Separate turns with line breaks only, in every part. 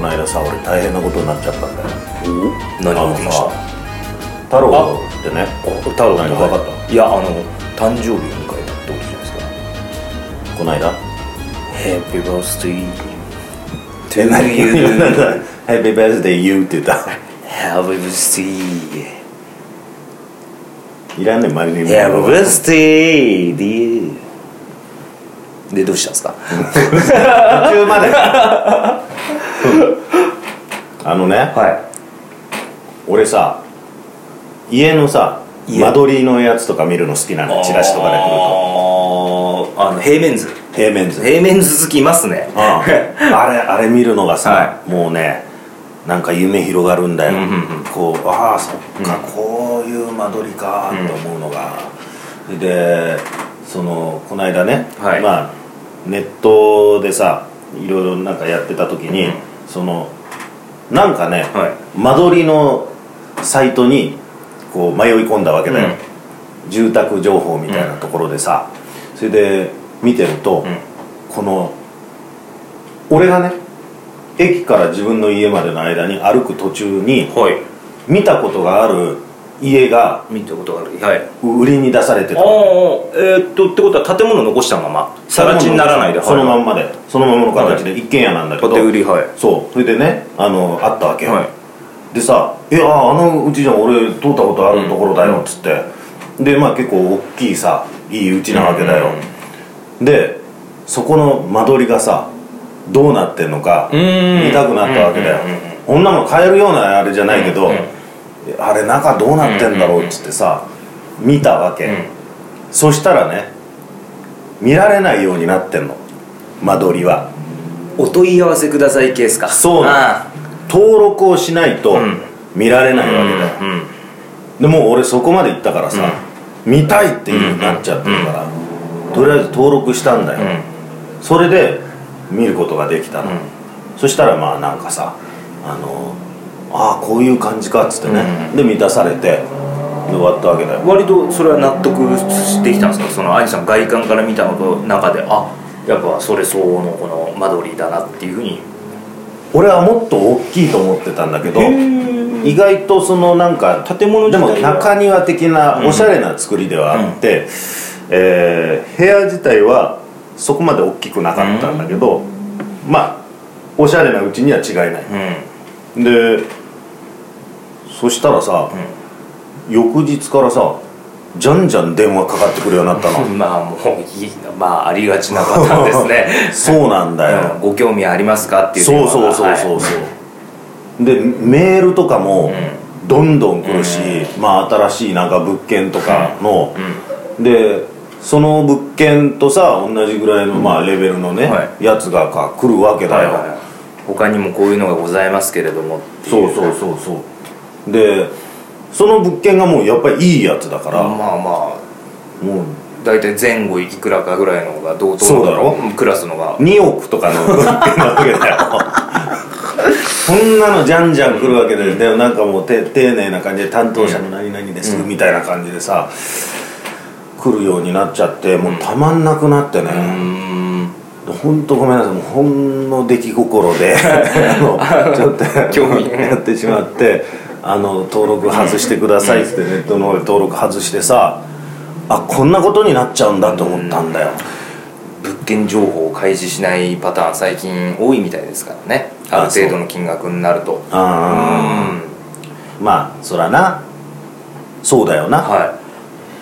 の間さ俺大変なことになっちゃったんだよ
何
あ
が
の
起きました
さ太郎ってね
太郎君
何
と
が分かった
いやあの誕生日を迎えたってことじゃないですか
この間
Happy birthday
え
to
何
you
なんだ「Happy birthday you」って言った
Happy birthday
いらんねん周りに
Happy birthday dear でどうしたんですか
途中まで あのね
は
俺さ家のさ
家
間取りのやつとか見るの好きなのチラシとかで来ると
あーあの平面図
平面図
平面図好きいますね
うん あれあれ見るのがさ、
は
もうねなんか夢広がるんだよ、
うんうんうん
こうああそっか、こういう間取りかと思うのが、でそのこの間ね、
はい
まあネットでさいろいろなんかやってた時に、
うん
そのなんかね、
は
間取りのサイトにこう迷い込んだわけだよ、住宅情報みたいなところでさ、それで見てると、
うん
この俺がね駅から自分の家までの間に歩く途中に
はい
見たことがある家が
見たことがあるはい
売りに出されて
あ
た
あえーっとってことは建物残したままさら地にならないで
そのま
ま
んまでそのままの形で一軒家なんだけど
建て売りはい
そうそれでねあのあったわけよ、
はい
でさ「えあああのうちじゃん俺通ったことあるところだよ」っつって、でまあ結構大きいさいいうちなわけだよ、でそこの間取りがさどうなってんのか
ん
見たくなったわけだよ
うんうんうん
こんなの買えるようなあれじゃないけど、
うんうん
あれ中どうなってんだろうっつってさ見たわけ、そしたらね見られないようになってんの間取りは
お問い合わせくださいケースか
そうな
あ
登録をしないと
ん
見られない
あ
わけだよ、でもう俺そこまで行ったからさ、見たいっていう風になっちゃってるから、とりあえず登録したんだよ、それで見ることができたの、
うん
そしたらまあなんかさあのああこういう感じかっつってね、で満たされてで終わったわけだよ
割とそれは納得してきたんですかその兄さん外観から見たのと中であやっぱそれ相応のこの間取りだなっていうふうに
俺はもっと大きいと思ってたんだけど意外とそのなんか
建物
で
自体
も
は
中庭的なおしゃれな作りではあって、えー部屋自体はそこまで大きくなかったんだけど、まあおしゃれなうちには違いない
うん
でそしたらさ、翌日からさじゃんじゃん電話かかってくるようになったの
まあもういいなまあありがちなパターンで すね
そうなんだよ、
うんご興味ありますかっていう
そうそうそう
う
そうそう、でメールとかもどんどん来るし、まあ新しいなんか物件とかの、でその物件とさ同じぐらいのまあレベルのね、
は
やつがか来るわけだ
はい
よ、
はい他にもこういうのがございますけれどもってい
そうそうそうそうでその物件がもうやっぱりいいやつだから、
まあまあ
もう
大体前後いくらかぐらいのが同等
そうだろ
クラスのが
2億とかの物件なわけだよそんなのじゃんじゃん来るわけで、でもなんかもうて丁寧な感じで担当者の何々ですみたいな感じでさ、来るようになっちゃってもうたまんなくなってね、
うーん
ほんとごめんなさいもうほんの出来心 であのちょっと
興味
やってしまってあの登録外してくださいっつってネットの方で登録外してさあこんなことになっちゃうんだと思ったんだよ、
物件情報を開示しないパターン最近多いみたいですからねあ
あ
る程度の金額になると
あ
は
ーまあそらなそうだよな、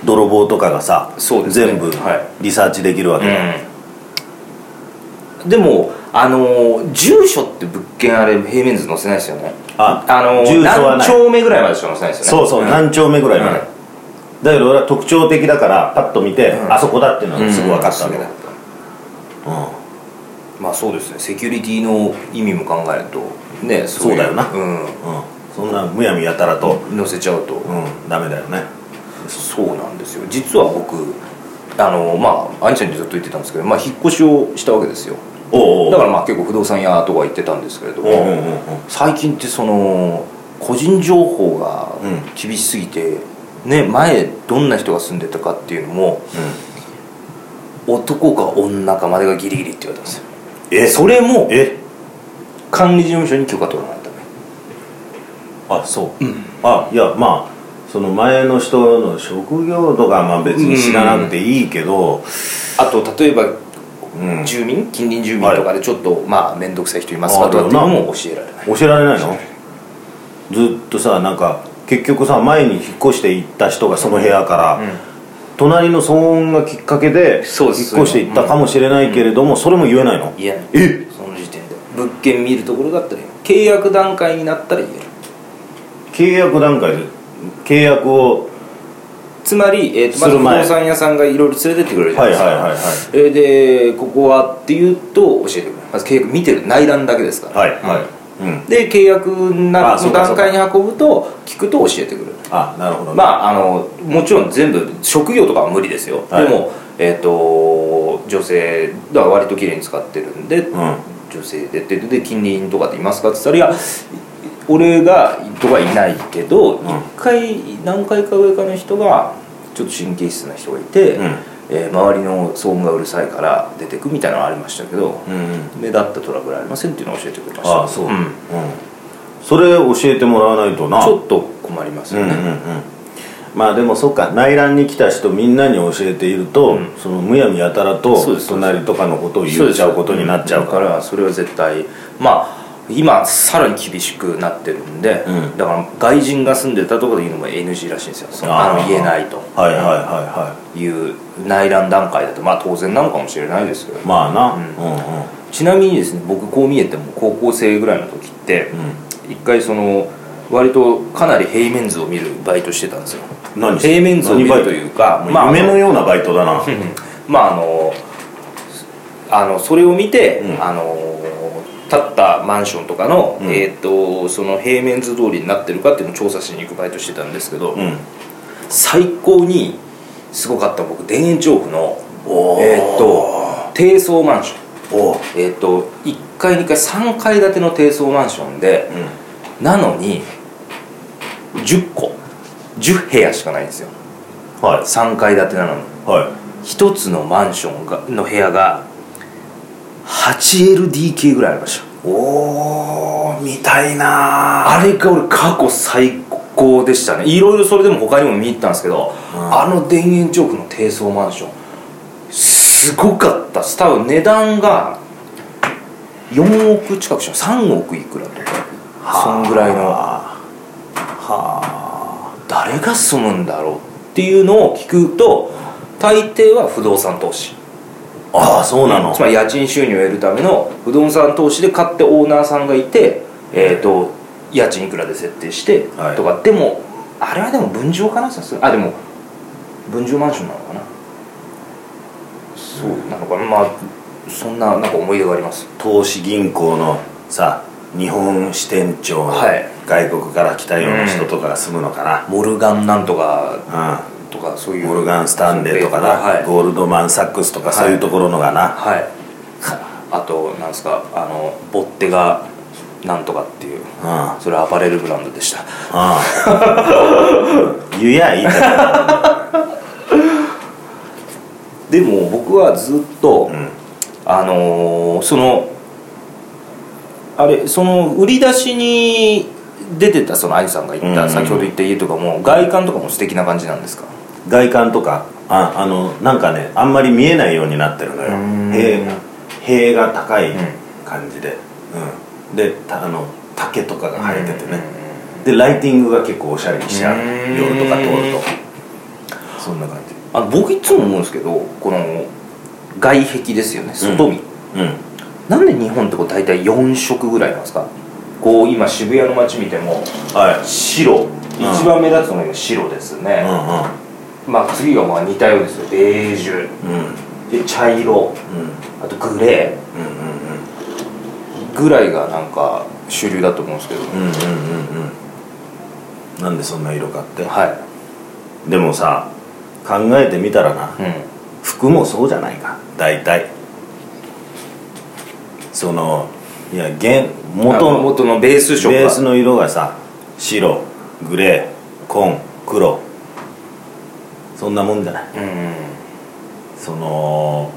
泥棒とかがさ、
そうですね
全部
は
リサーチできるわ
い
けだ、
うんでもあのー住所って物件あれ平面図載せないですよね
あ
あのー
住所は
何
ない
丁目ぐらいまでしか載せないですよね
そうそう、
ん
何丁目ぐらいまで、
うん
だけど俺は特徴的だからパッと見て、
うん
あそこだっていうの
う
が
ん
すぐ分かったわけだ、
すぐ分かっ
うん
たまあそうですねセキュリティの意味も考えるとねい
そうだよな
うん
うん、そんなむやみやたらと、
載せちゃうと、
うん、ダメだよね
そうなんですよ実は僕あのまあ兄ちゃんにずっと言ってたんですけど、まあ、引っ越しをしたわけですよ
おうおう
だからまあ結構不動産屋とか行ってたんですけれど
おうおう
も最近ってその個人情報が
うん
厳しすぎて、ね前どんな人が住んでたかっていうのも男か女かまでがギリギリって言われたんですよ
え
それも
え
管理事務所に許可取らないとダメ
あそう、あいやまあその前の人の職業とかはまあ別に知らなくていいけど、
あと例えば
うん
住民近隣住民とかでちょっと、まあ面倒くさい人います
あ
が
ー
とかっていうのも
な
教えられない
教えられないのずっとさなんか結局さ前に引っ越していった人がその部屋から、隣の騒音がきっかけで引
そう
っ
で
越
す
していったかもしれないけれども、それも言えないの
言えない
え
その時点で物件見るところだったら言えない契約段階になったら言える
契約段階で契約を
つまり、えー、とますず
る
不動
前
産屋さんがいろいろ連れてってくれるじゃ
は
ないい
は
で
い
すか、
はいはい
えーでここはっていうと教えてくれるまず契約見てる内覧だけですから
はいはい、うん、
で契約な
あそ
の
うかそ
段
うか
階に運ぶと聞くと教えてくれる
あなるほど、
まああのもちろん全部職業とかは無理ですよ、
はい
でもえっ、と女性は割と綺麗に使ってるんで、
うん
女性ででで近隣とかでいますかって言ったらいや俺がとかいないけど一、回何回か上かの人がちょっと神経質な人がいて、
うん
えー周りの騒音がうるさいから出てくみたいなのはありましたけど、
うんうん
目立ったトラブルありませんっていうのを教えてくれました
あそう、
ん
うんそれ教えてもらわないとな
ちょっと困ります
うん
よ
うんう
ね、
んまあでもそっか内覧に来た人みんなに教えていると、
うん
そのむやみやたらと
そうです
隣とかのことを言っちゃうことになっちゃうから
だからそれは絶対まあ今さらに厳しくなってるんで、
うん
だから外人が住んでたところで言うのも NG らしいんですよその
あ
あ
ー
の言えないと
はいはいは
いう内覧段階だとまあ当然なのかもしれないですけど
いはいまあな、
うん
うんうん
ちなみにですね僕こう見えても高校生ぐらいの時って一回その割とかなり平面図を見るバイトしてたんですよ
うん、何
平面図を見る
何バイ
と
ト
いうか
もう
まああの
夢のようなバイトだな、
まああのあのそれを見て、
うん
あの建ったマンションとかの、
うん
えー、とその平面図通りになってるかっていうのを調査しに行くバイトしてたんですけど、
うん、
最高にすごかった僕田園調布の
おー
えー、と低層マンション
おー
えっ、と1階2階3階建ての低層マンションで
うん
なのに10個10部屋しかないんですよ
は
3階建てなのに
いはい
一つのマンションがの部屋が 8LDK ぐらいありました
おー見たいな
あれが俺過去最高でしたねいろいろそれでも他にも見に行ったんですけど、
うん
あの田園調布の低層マンションすごかったです多分値段が4億近くしました3億いくらとかそんぐらいの
はあ
誰が住むんだろうっていうのを聞くと大抵は不動産投資
ああそうなの、
つまり家賃収入を得るための不動産投資で買ってオーナーさんがいて、えー、と家賃いくらで設定して
はい
とか、でもあれはでも分譲かなさすがにあでも分譲マンションなのかなそうなのかなまあそんななんか思い出があります
投資銀行のさ日本支店長、
はい
外国から来たような人とかが住むのかな、
モルガンなんとか
う
とかそうい
ん
う
モルガン・スタンレーとかな、
はい、
ゴールドマン・サックスとか
はい
そういうところのがな、
はい、あとなんですかあのボッテがなんとかってい
う
う
ん
それはアパレルブランドでした
うん 言やいいんだけど
でも僕はずっと、
ん
あのーそのあれその売り出しに出てたその兄さんが言った、
うん
先ほど言った家とかも外観とかも素敵な感じなんですか
外観とかああのなんかねあんまり見えないようになってるのよ
うん
塀が塀が高い
うん
感じで、うんでたあの竹とかが生えててね、でライティングが結構おしゃれにしてある
うん
夜とか通るとそんな感じ
あの僕いつも思うんですけどこの外壁ですよね外見、
うん
なんで日本ってこう大体4色ぐらいなんですかこう今渋谷の街見ても
はい
白
ん
一番目立つのが今白ですね、
う
まあ次がまあ似たようですよベージュ
んうんうん
で茶色
うん
あとグレ
うんうん
ーぐらいがなんか主流だと思うんですけど、
うんうんうんうんなんでそんな色かって
は、
でもさ考えてみたらない
うん、
服もそうじゃないか大体そのいや現元
あ
の
元のベース色が
ベースの色がさ白グレー紺黒そんなもんじゃない
うんうん
その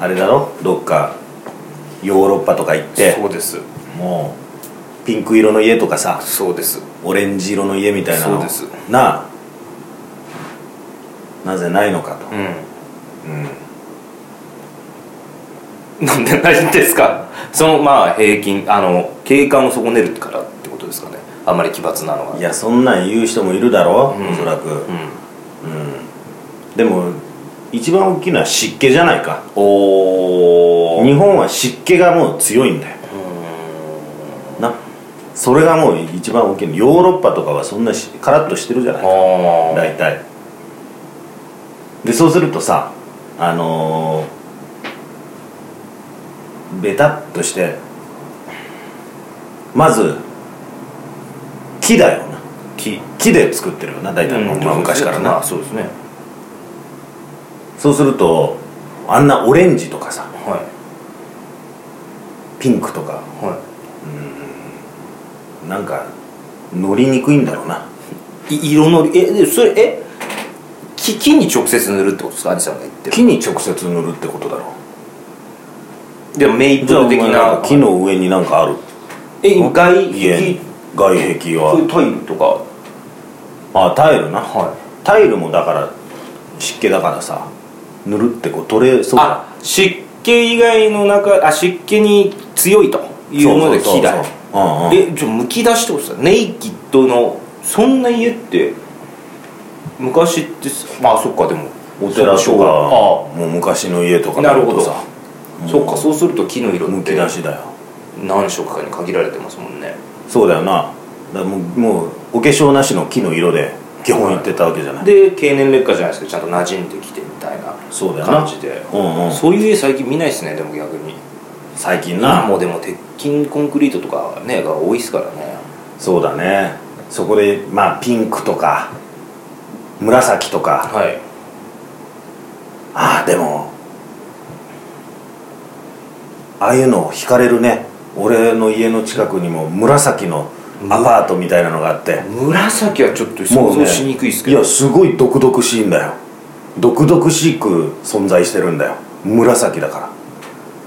あれだろどっかヨーロッパとか行って
そうです
もうピンク色の家とかさ
そうです
オレンジ色の家みたいなの
そうです
なあなぜないのかと、
う
うん
んなんでないんですかそのまあ平均あの景観を損ねるからってことですかねあんまり奇抜なのはい
やそんなん言う人もいるだろう、
うん
おそらく、うん
うん
でも一番大きいのは湿気じゃないか
おー
日本は湿気がもう強いんだよなそれがもう一番大きいのヨーロッパとかはそんなしカラッとしてるじゃない
あ
大体でそうするとさあのーベタっとしてまず木だよな木木で作ってるよな大体、まあ昔からな、
まあそうですね
そうするとあんなオレンジとかさ
は
ピンクとか
いは
なんか乗りにくいんだろうない
い色のりえでそれえ木木に直接塗るってことですか兄さんが言ってる
木に直接塗るってことだろ
でもメイプ
じゃあお
ル
前な
的
ん
な
か木の上になんかある
え外
家
壁
外壁
そうい
は
うタイルとか
あタイルな
は
タイルもだから湿気だからさ塗るってこう取れそうだ
あ湿気以外の中あ湿気に強いというので木だ
そうそうそううんうん
えじゃあむき出しってことですかネイキッドのそんな家って昔ってさまあそっかでも
お寺
そ
と
う
か
か
もう昔の家とか
なるほど
さ
あそっかそうすると木の色
む
っ
き
て
出しだよ
何色かに限られてますもんね
そうだよなだからもうもうお化粧なしの木の色で基本言ってたわけじゃない
で経年劣化じゃないですけどちゃんと馴染んできてみたいな
そうだよな
感じで
うんうん
そういう家最近見ないですねでも逆に
最近
今
な
もうでも鉄筋コンクリートとかねが多いですからね
そうだねそこでまあピンクとか紫とか
はい
ああでもああいうの惹かれるね俺の家の近くにも紫のアパートみたいなのがあって
紫はちょっと想
ね
像しにくいですけど、
やすごい毒々しいんだよ毒々しく存在してるんだよ紫だか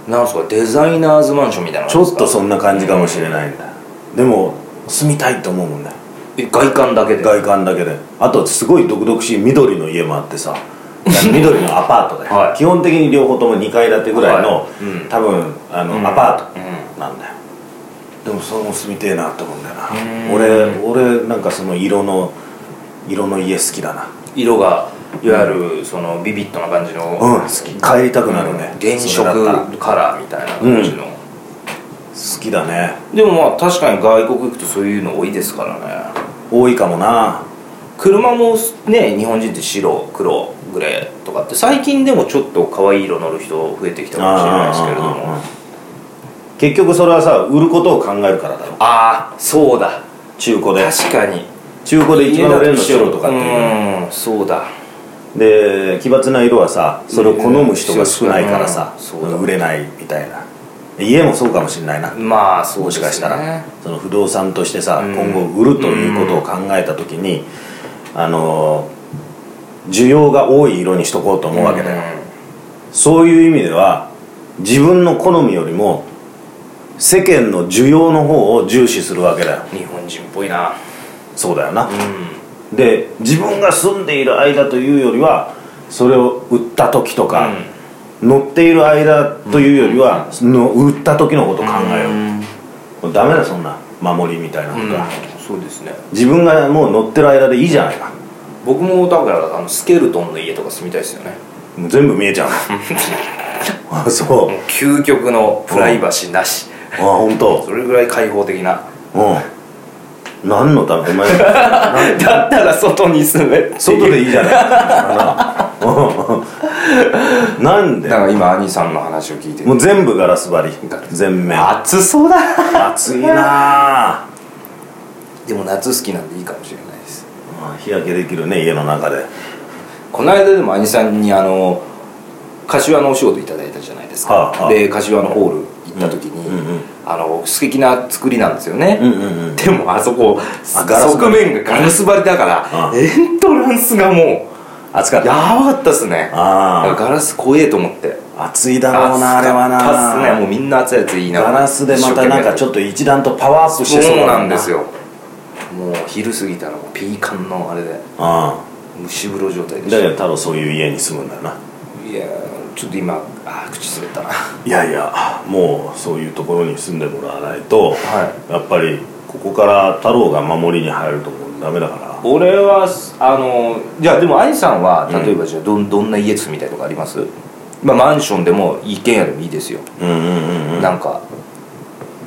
ら
なんすかデザイナーズマンションみたいなの
ちょっとそんな感じかもしれないんだよでも住みたいと思うもんね
え外観だけで
外観だけであとすごい毒々しい緑の家もあって さ緑のアパートで、
はい
基本的に両方とも2階建てぐらいの、
はいうん
多分あの、
うん
アパ
う
ー
ん
トなんだよでもそれも住みてえなと思うんだよな
うん
俺俺なんかその色の色の家好きだな
色がいわゆるそのビビッドな感じの、
うん好き帰りたくなるね、
原色
それだったら好
カラーみたいな感じの、
きだね
でもまあ確かに外国行くとそういうの多いですからね
多いかもな
車もね日本人って白黒グレーとかって最近でもちょっと可愛い色乗る人増えてきたかもしれないですけれど
うんうんうんうん
も
結局それはさ売ることを考えるからだろ
ああそうだ
中古で
確かに
中古で一番売れるの
白
白とかっていう
うんそうだ
で奇抜な色はさそれを好む人が少ないからさ
うんそうだ
売れないみたいな家もそうかもしれないな
まあそう
も
です
し
ね
かしたらその不動産としてさ
うん
今後売るということを考えた時にあの需要が多い色にしとこうと思うわけだよそういう意味では自分の好みよりも世間の需要の方を重視するわけだよ
うん日本人っぽいな
そうだよな
う
で自分が住んでいる間というよりはそれを売った時とか、乗っている間というよりは、の売った時のことを考えよう、
ん
もうダメだそんな守りみたいなことは、
そうですね
自分がもう乗ってる間でいいじゃないか
僕もだからあのスケルトンの家とか住みたいです よね
もう全部見えちゃう あそう、あ
究極のプライバシーなし
本当
それぐらい開放的な
うん何のためお前
だったら外に住めっていう
外でいいじゃないかうん なんで
だから今兄さんの話を聞いて
もう全部ガラス張り全面
暑そうだ
暑いなあ
でも夏好きなんでいいかもしれないです
あ日焼けできるね家の中で
この間でも兄さんにあの柏のお仕事いただいたじゃないですか、
はあはあ
で柏のホール行った時に、
うんうんうん
あの素敵な作りなんですよね、
うんうんうん
でもあそこ
あガラス張
側面がガラス張りだから、
うん
エントランスがもう
暑かっ
やばかったっすねだ
あ
からガラス怖えと思って
あ暑いだろうなあれは
暑かったっすねも
な
うみんな熱い熱い言いなが
ガ
ら
ラスでまたなんかちょ
っ
っと一段とパワーアップ
と
して
そ
そう
う
だ
なんですよもう昼過ぎたらもうピーカンのあれで
あ
蒸し風呂状態
あ
でし
だ
た
けど太郎そういう家に住むんだよない
やーちょっと今あー口滑ったなはい
やいやもうそういうところに住んでもらわないとやっぱりここから太郎が守りに入るともうダメだから
俺はあのじゃあでも愛さんは
うん
例えばじゃあど,、ん、どんな家住みたいとかありますまあマンションでも一軒家でもいいですよ、
うんうんうんうん
なんか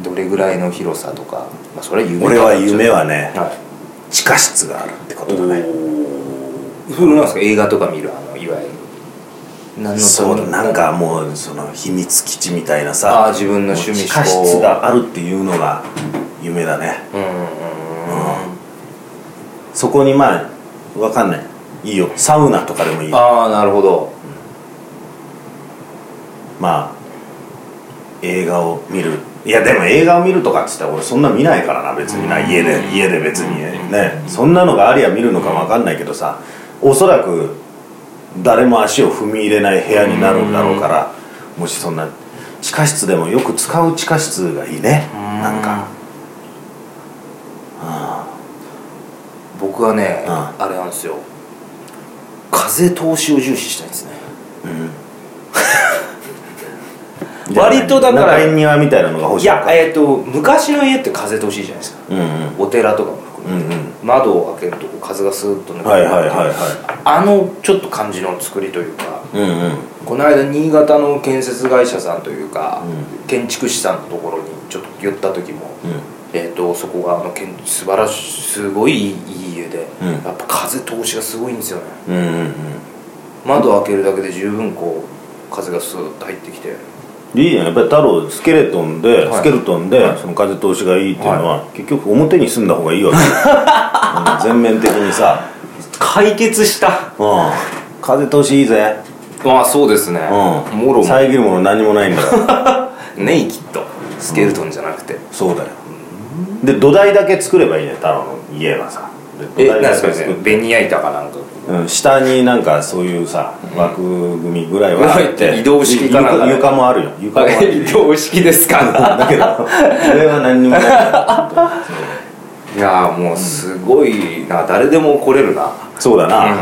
どれぐらいの広さとか、まあ、それは夢か
俺は夢はね
はい
地下室があるってことだね
おそれなんですか映画とか見るあのいわゆる何
そうなんかもうその秘密基地みたいな
あ
さ
あ自分の趣味
地下室があるっていうのが夢だね
うんうんうん
そこにまあわかんないいいよサウナとかでもいいま
ああなるほど
あ映画を見るいやでも映画を見るとかっつったら俺そんな見ないからな別にな家で家で別にねそんなのがありゃ見るのかわかんないけどさおそらく誰も足を踏み入れない部屋になるんだろうからもしそんな地下室でもよく使う地下室がいいねなんか
僕はね、
うん
あれなんですよ風通しを重視したいんですね
じゃあ
割とだから
中庭みたいなのが欲し
い
いのか
やえっ、と昔の家って風通しいいじゃないですか
うんうん
お寺とかも含
う
め
ん
て、
うん
窓を開けるとこう風がスーッと抜けて、
はいはいはいは
あのちょっと感じの作りというか
いうんうん
この間新潟の建設会社さんというか、
う
建築士さんのところにちょっと寄った時も、
う
えー、とそこがあの建素晴らしいすごいいいいい家で、
うん
やっぱ風通しがすごいんですよね
んうんうん
窓開けるだけで十分こう風がスーッと入ってきて
うんいいやんやっぱり太郎スケレトンで、
はい
スケルトンでその風通しがいいっていうのは、結局表に住んだ方がい いわけうん全面的にさ、
解決した
うん、風通しいいぜ、
まあそうですね、
うん、
もろも
遮るもの何もないんだ から
ネイキッドスケルトンじゃなくて、
そうだよで土台だけ作ればいいね太郎の家はさで
え
土
な
台
んで
だ
すか
け
ね
作って
ベニヤ板かなん か
うん、下になんかそういうさ枠組みぐらい
ぐ
は
ら
あ
いっ
ってて
移動式かなんか
ゆ床もあるよ床もある よ
常識ですか
だけど上は何にもない
いやーもうすごいな誰でも来れるな
そうだな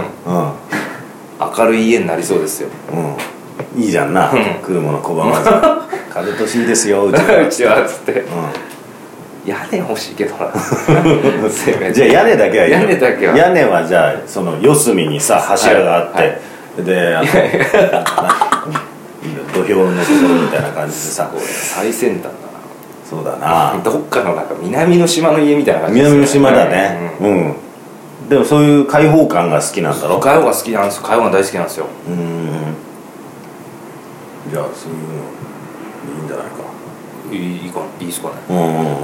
明るい家になりそうですよ
うん、うんいいじゃんな、
うん
車の小判 はさ風通しいいですよう
う
ちは、
ちはつって
う
屋根欲しいけど なせめ
ん、じゃあ
て
屋根だけはいいよ
屋根だけは
屋根はじゃあその四隅にさ柱があって、
はい
であのなんか土俵のところみたいな感じでさ
最先端だ
そうだ
な
な
どっかのなんか南の島の家みたいな感じです
南
よ
の島だねうん、でもそういう開放感が好きなんだ
うん
ろ
カヨが好きなんですよカヨが大好きなんですよ
うんじゃあそういうのいいんじゃないか
いいいいかないいっすかね
うんうんうん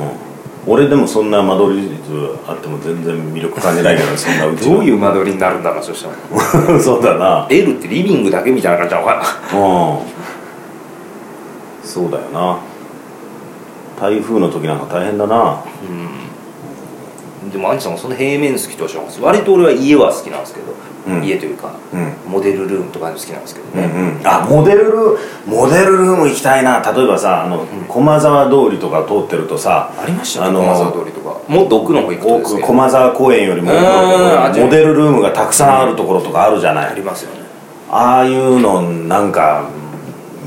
俺でもそんな間取り図あっても全然魅力感じないけどそんなうち
どういうう間取りになるんだろうそしたら
そうだな
L ってリビングだけみたいな感じなのか
うんそうだよな台風の時なんか大変だな
な でもアンチさんもその平面好きとは知らないです割と俺は家は好きなんですけど、
うん
家というか
うん
モデルルームとか好きなんですけど
うん
ね、
うん、あモデルルモデルルーム行きたいな例えばさあの、駒沢通りとか通ってるとさ
ありましたよ、
あの
駒沢通りとかもっと奥の方行くとです
奥
ね
駒沢公園よりも奥のところに
うんあっち
モデルルームがたくさんあるところとかあるじゃない、
ありますよね
ああいうのなんか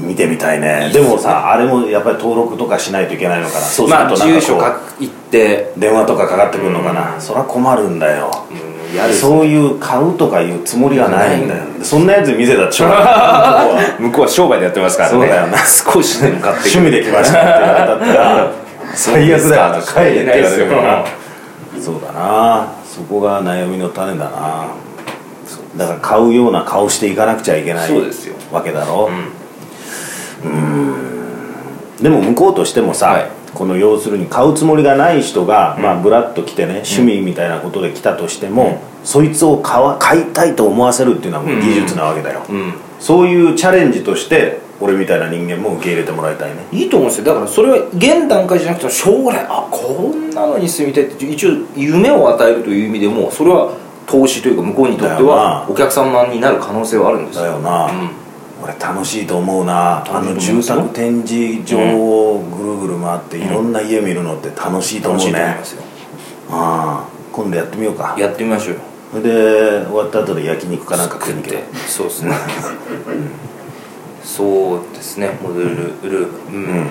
見てみたいね
いいっす
で
ね
もさあれもやっぱり登録とかしないといけないのかなそうすると
ま
な
あ
んか
住所
こう
書く行って
電話とかかかってくるのかな、そりゃ困るんだよ
うんやる
そういう買うとかいうつもりはないんだよそんなやつ見せたらしょうがない 向こうは
向こうは商売でやってますからね
そうだよな
少しでも買って
趣味で来ましたって言われたったら 最悪だよな帰れって言われるからそうだなそこが悩みの種だなだから買うような顔していかなくちゃいけない
そうですよ
わけだろうんでも向こうとしてもさ、
はい
この要するに買うつもりがない人が、まあ、ブラッと来てね、趣味みたいなことで来たとしても、そいつを買わ買いたいと思わせるっていうのはもう技術なわけだよ、
うん
そういうチャレンジとして俺みたいな人間も受け入れてもらいたいね
いいと思うんですよだからそれは現段階じゃなくて将来あこんなのに住みたいって一応夢を与えるという意味でもそれは投資というか向こうにとって
だよ
は
な
お客様になる可能性はあるんです
だ
よ
よな、
うん
俺楽しいと思うなあの
楽しいと
住
思いますよ
宅展示場をぐるぐる回っていろんな家見るのって楽しいと
楽
思う
しいと思い
ね
ますよ
ああ今度やってみようか
やってみましょうよ
それで終わった後で焼肉かなんか食いに行けば
そうですね、そうですねモデルルーム、うん
うん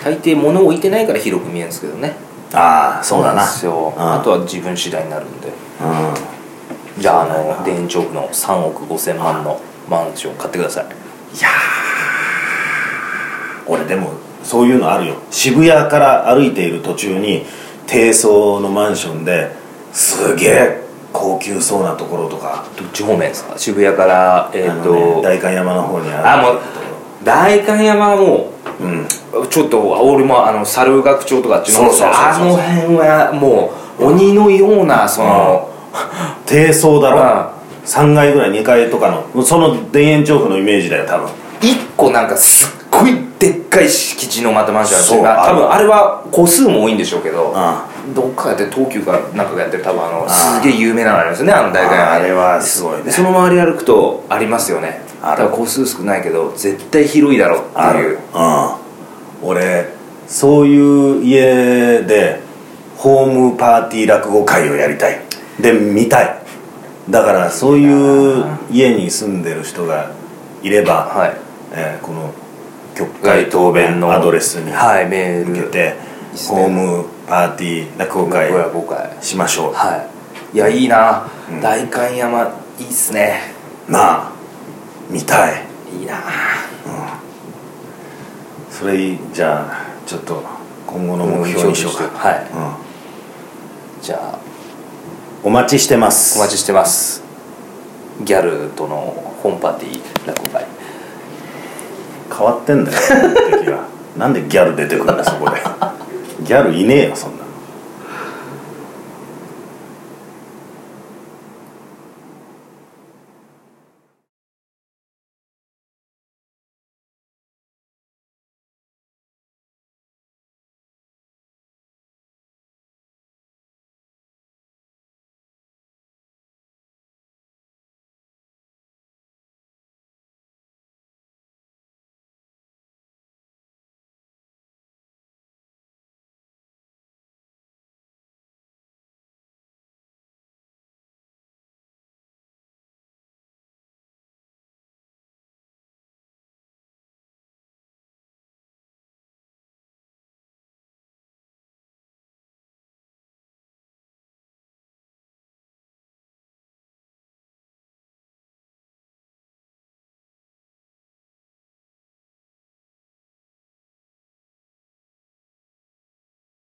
大抵物置いてないから広く見えるんですけどね
ああそうだな
なんですよ
うん
あとは自分次第になるんで
うん
じゃああの田園調布の3億5千万のマンション買ってください
俺でもそういうのあるよ渋谷から歩いている途中に低層のマンションですげえ高級そうなところとか
どっち方面ですか渋谷からえっ、
あのね
と、
代官山の方に
あ
ある
もう代官山はも
うん
うちょっと俺もあの猿楽町とかあっちの
そうそうそうそう
あの辺はもう鬼のようなその、
低層だろ、
うん
3階ぐらい2階とかのその田園調布のイメージだよ多分
一個なんかすっごいでっかい敷地のまたマンションあるんですよ
そう
多分あれは個数も多いんでしょうけど
あ
どっかで東急かなんかがやってる多分あの
あ
すげえ有名なのありますよねあの大会
ああれはすごい
で
ね
その周り歩くとありますよね
あ
多
る
分個数少ないけど絶対広いだろうって
あ
い
る
う
うん俺そういう家でホームパーティー落語会をやりたいで見たいだからそういう家に住んでる人がいれば、
はい
えーこの曲会答弁のアドレスに
はいメー
向け
ル
て
いっすね
ホームパーティー落語
今回
会
は5回
しましょ
はいいやいいな代官山いいっすね
うなあ見たい
いいな
それじゃあちょっと今後の目標にしようか、
はい
うん
じゃあ
お待ちしてます
お待ちしてますギャルとの本パーティー落語会
変わってんだよ敵がなんでギャル出てくるんだそこでギャルいねえよそんな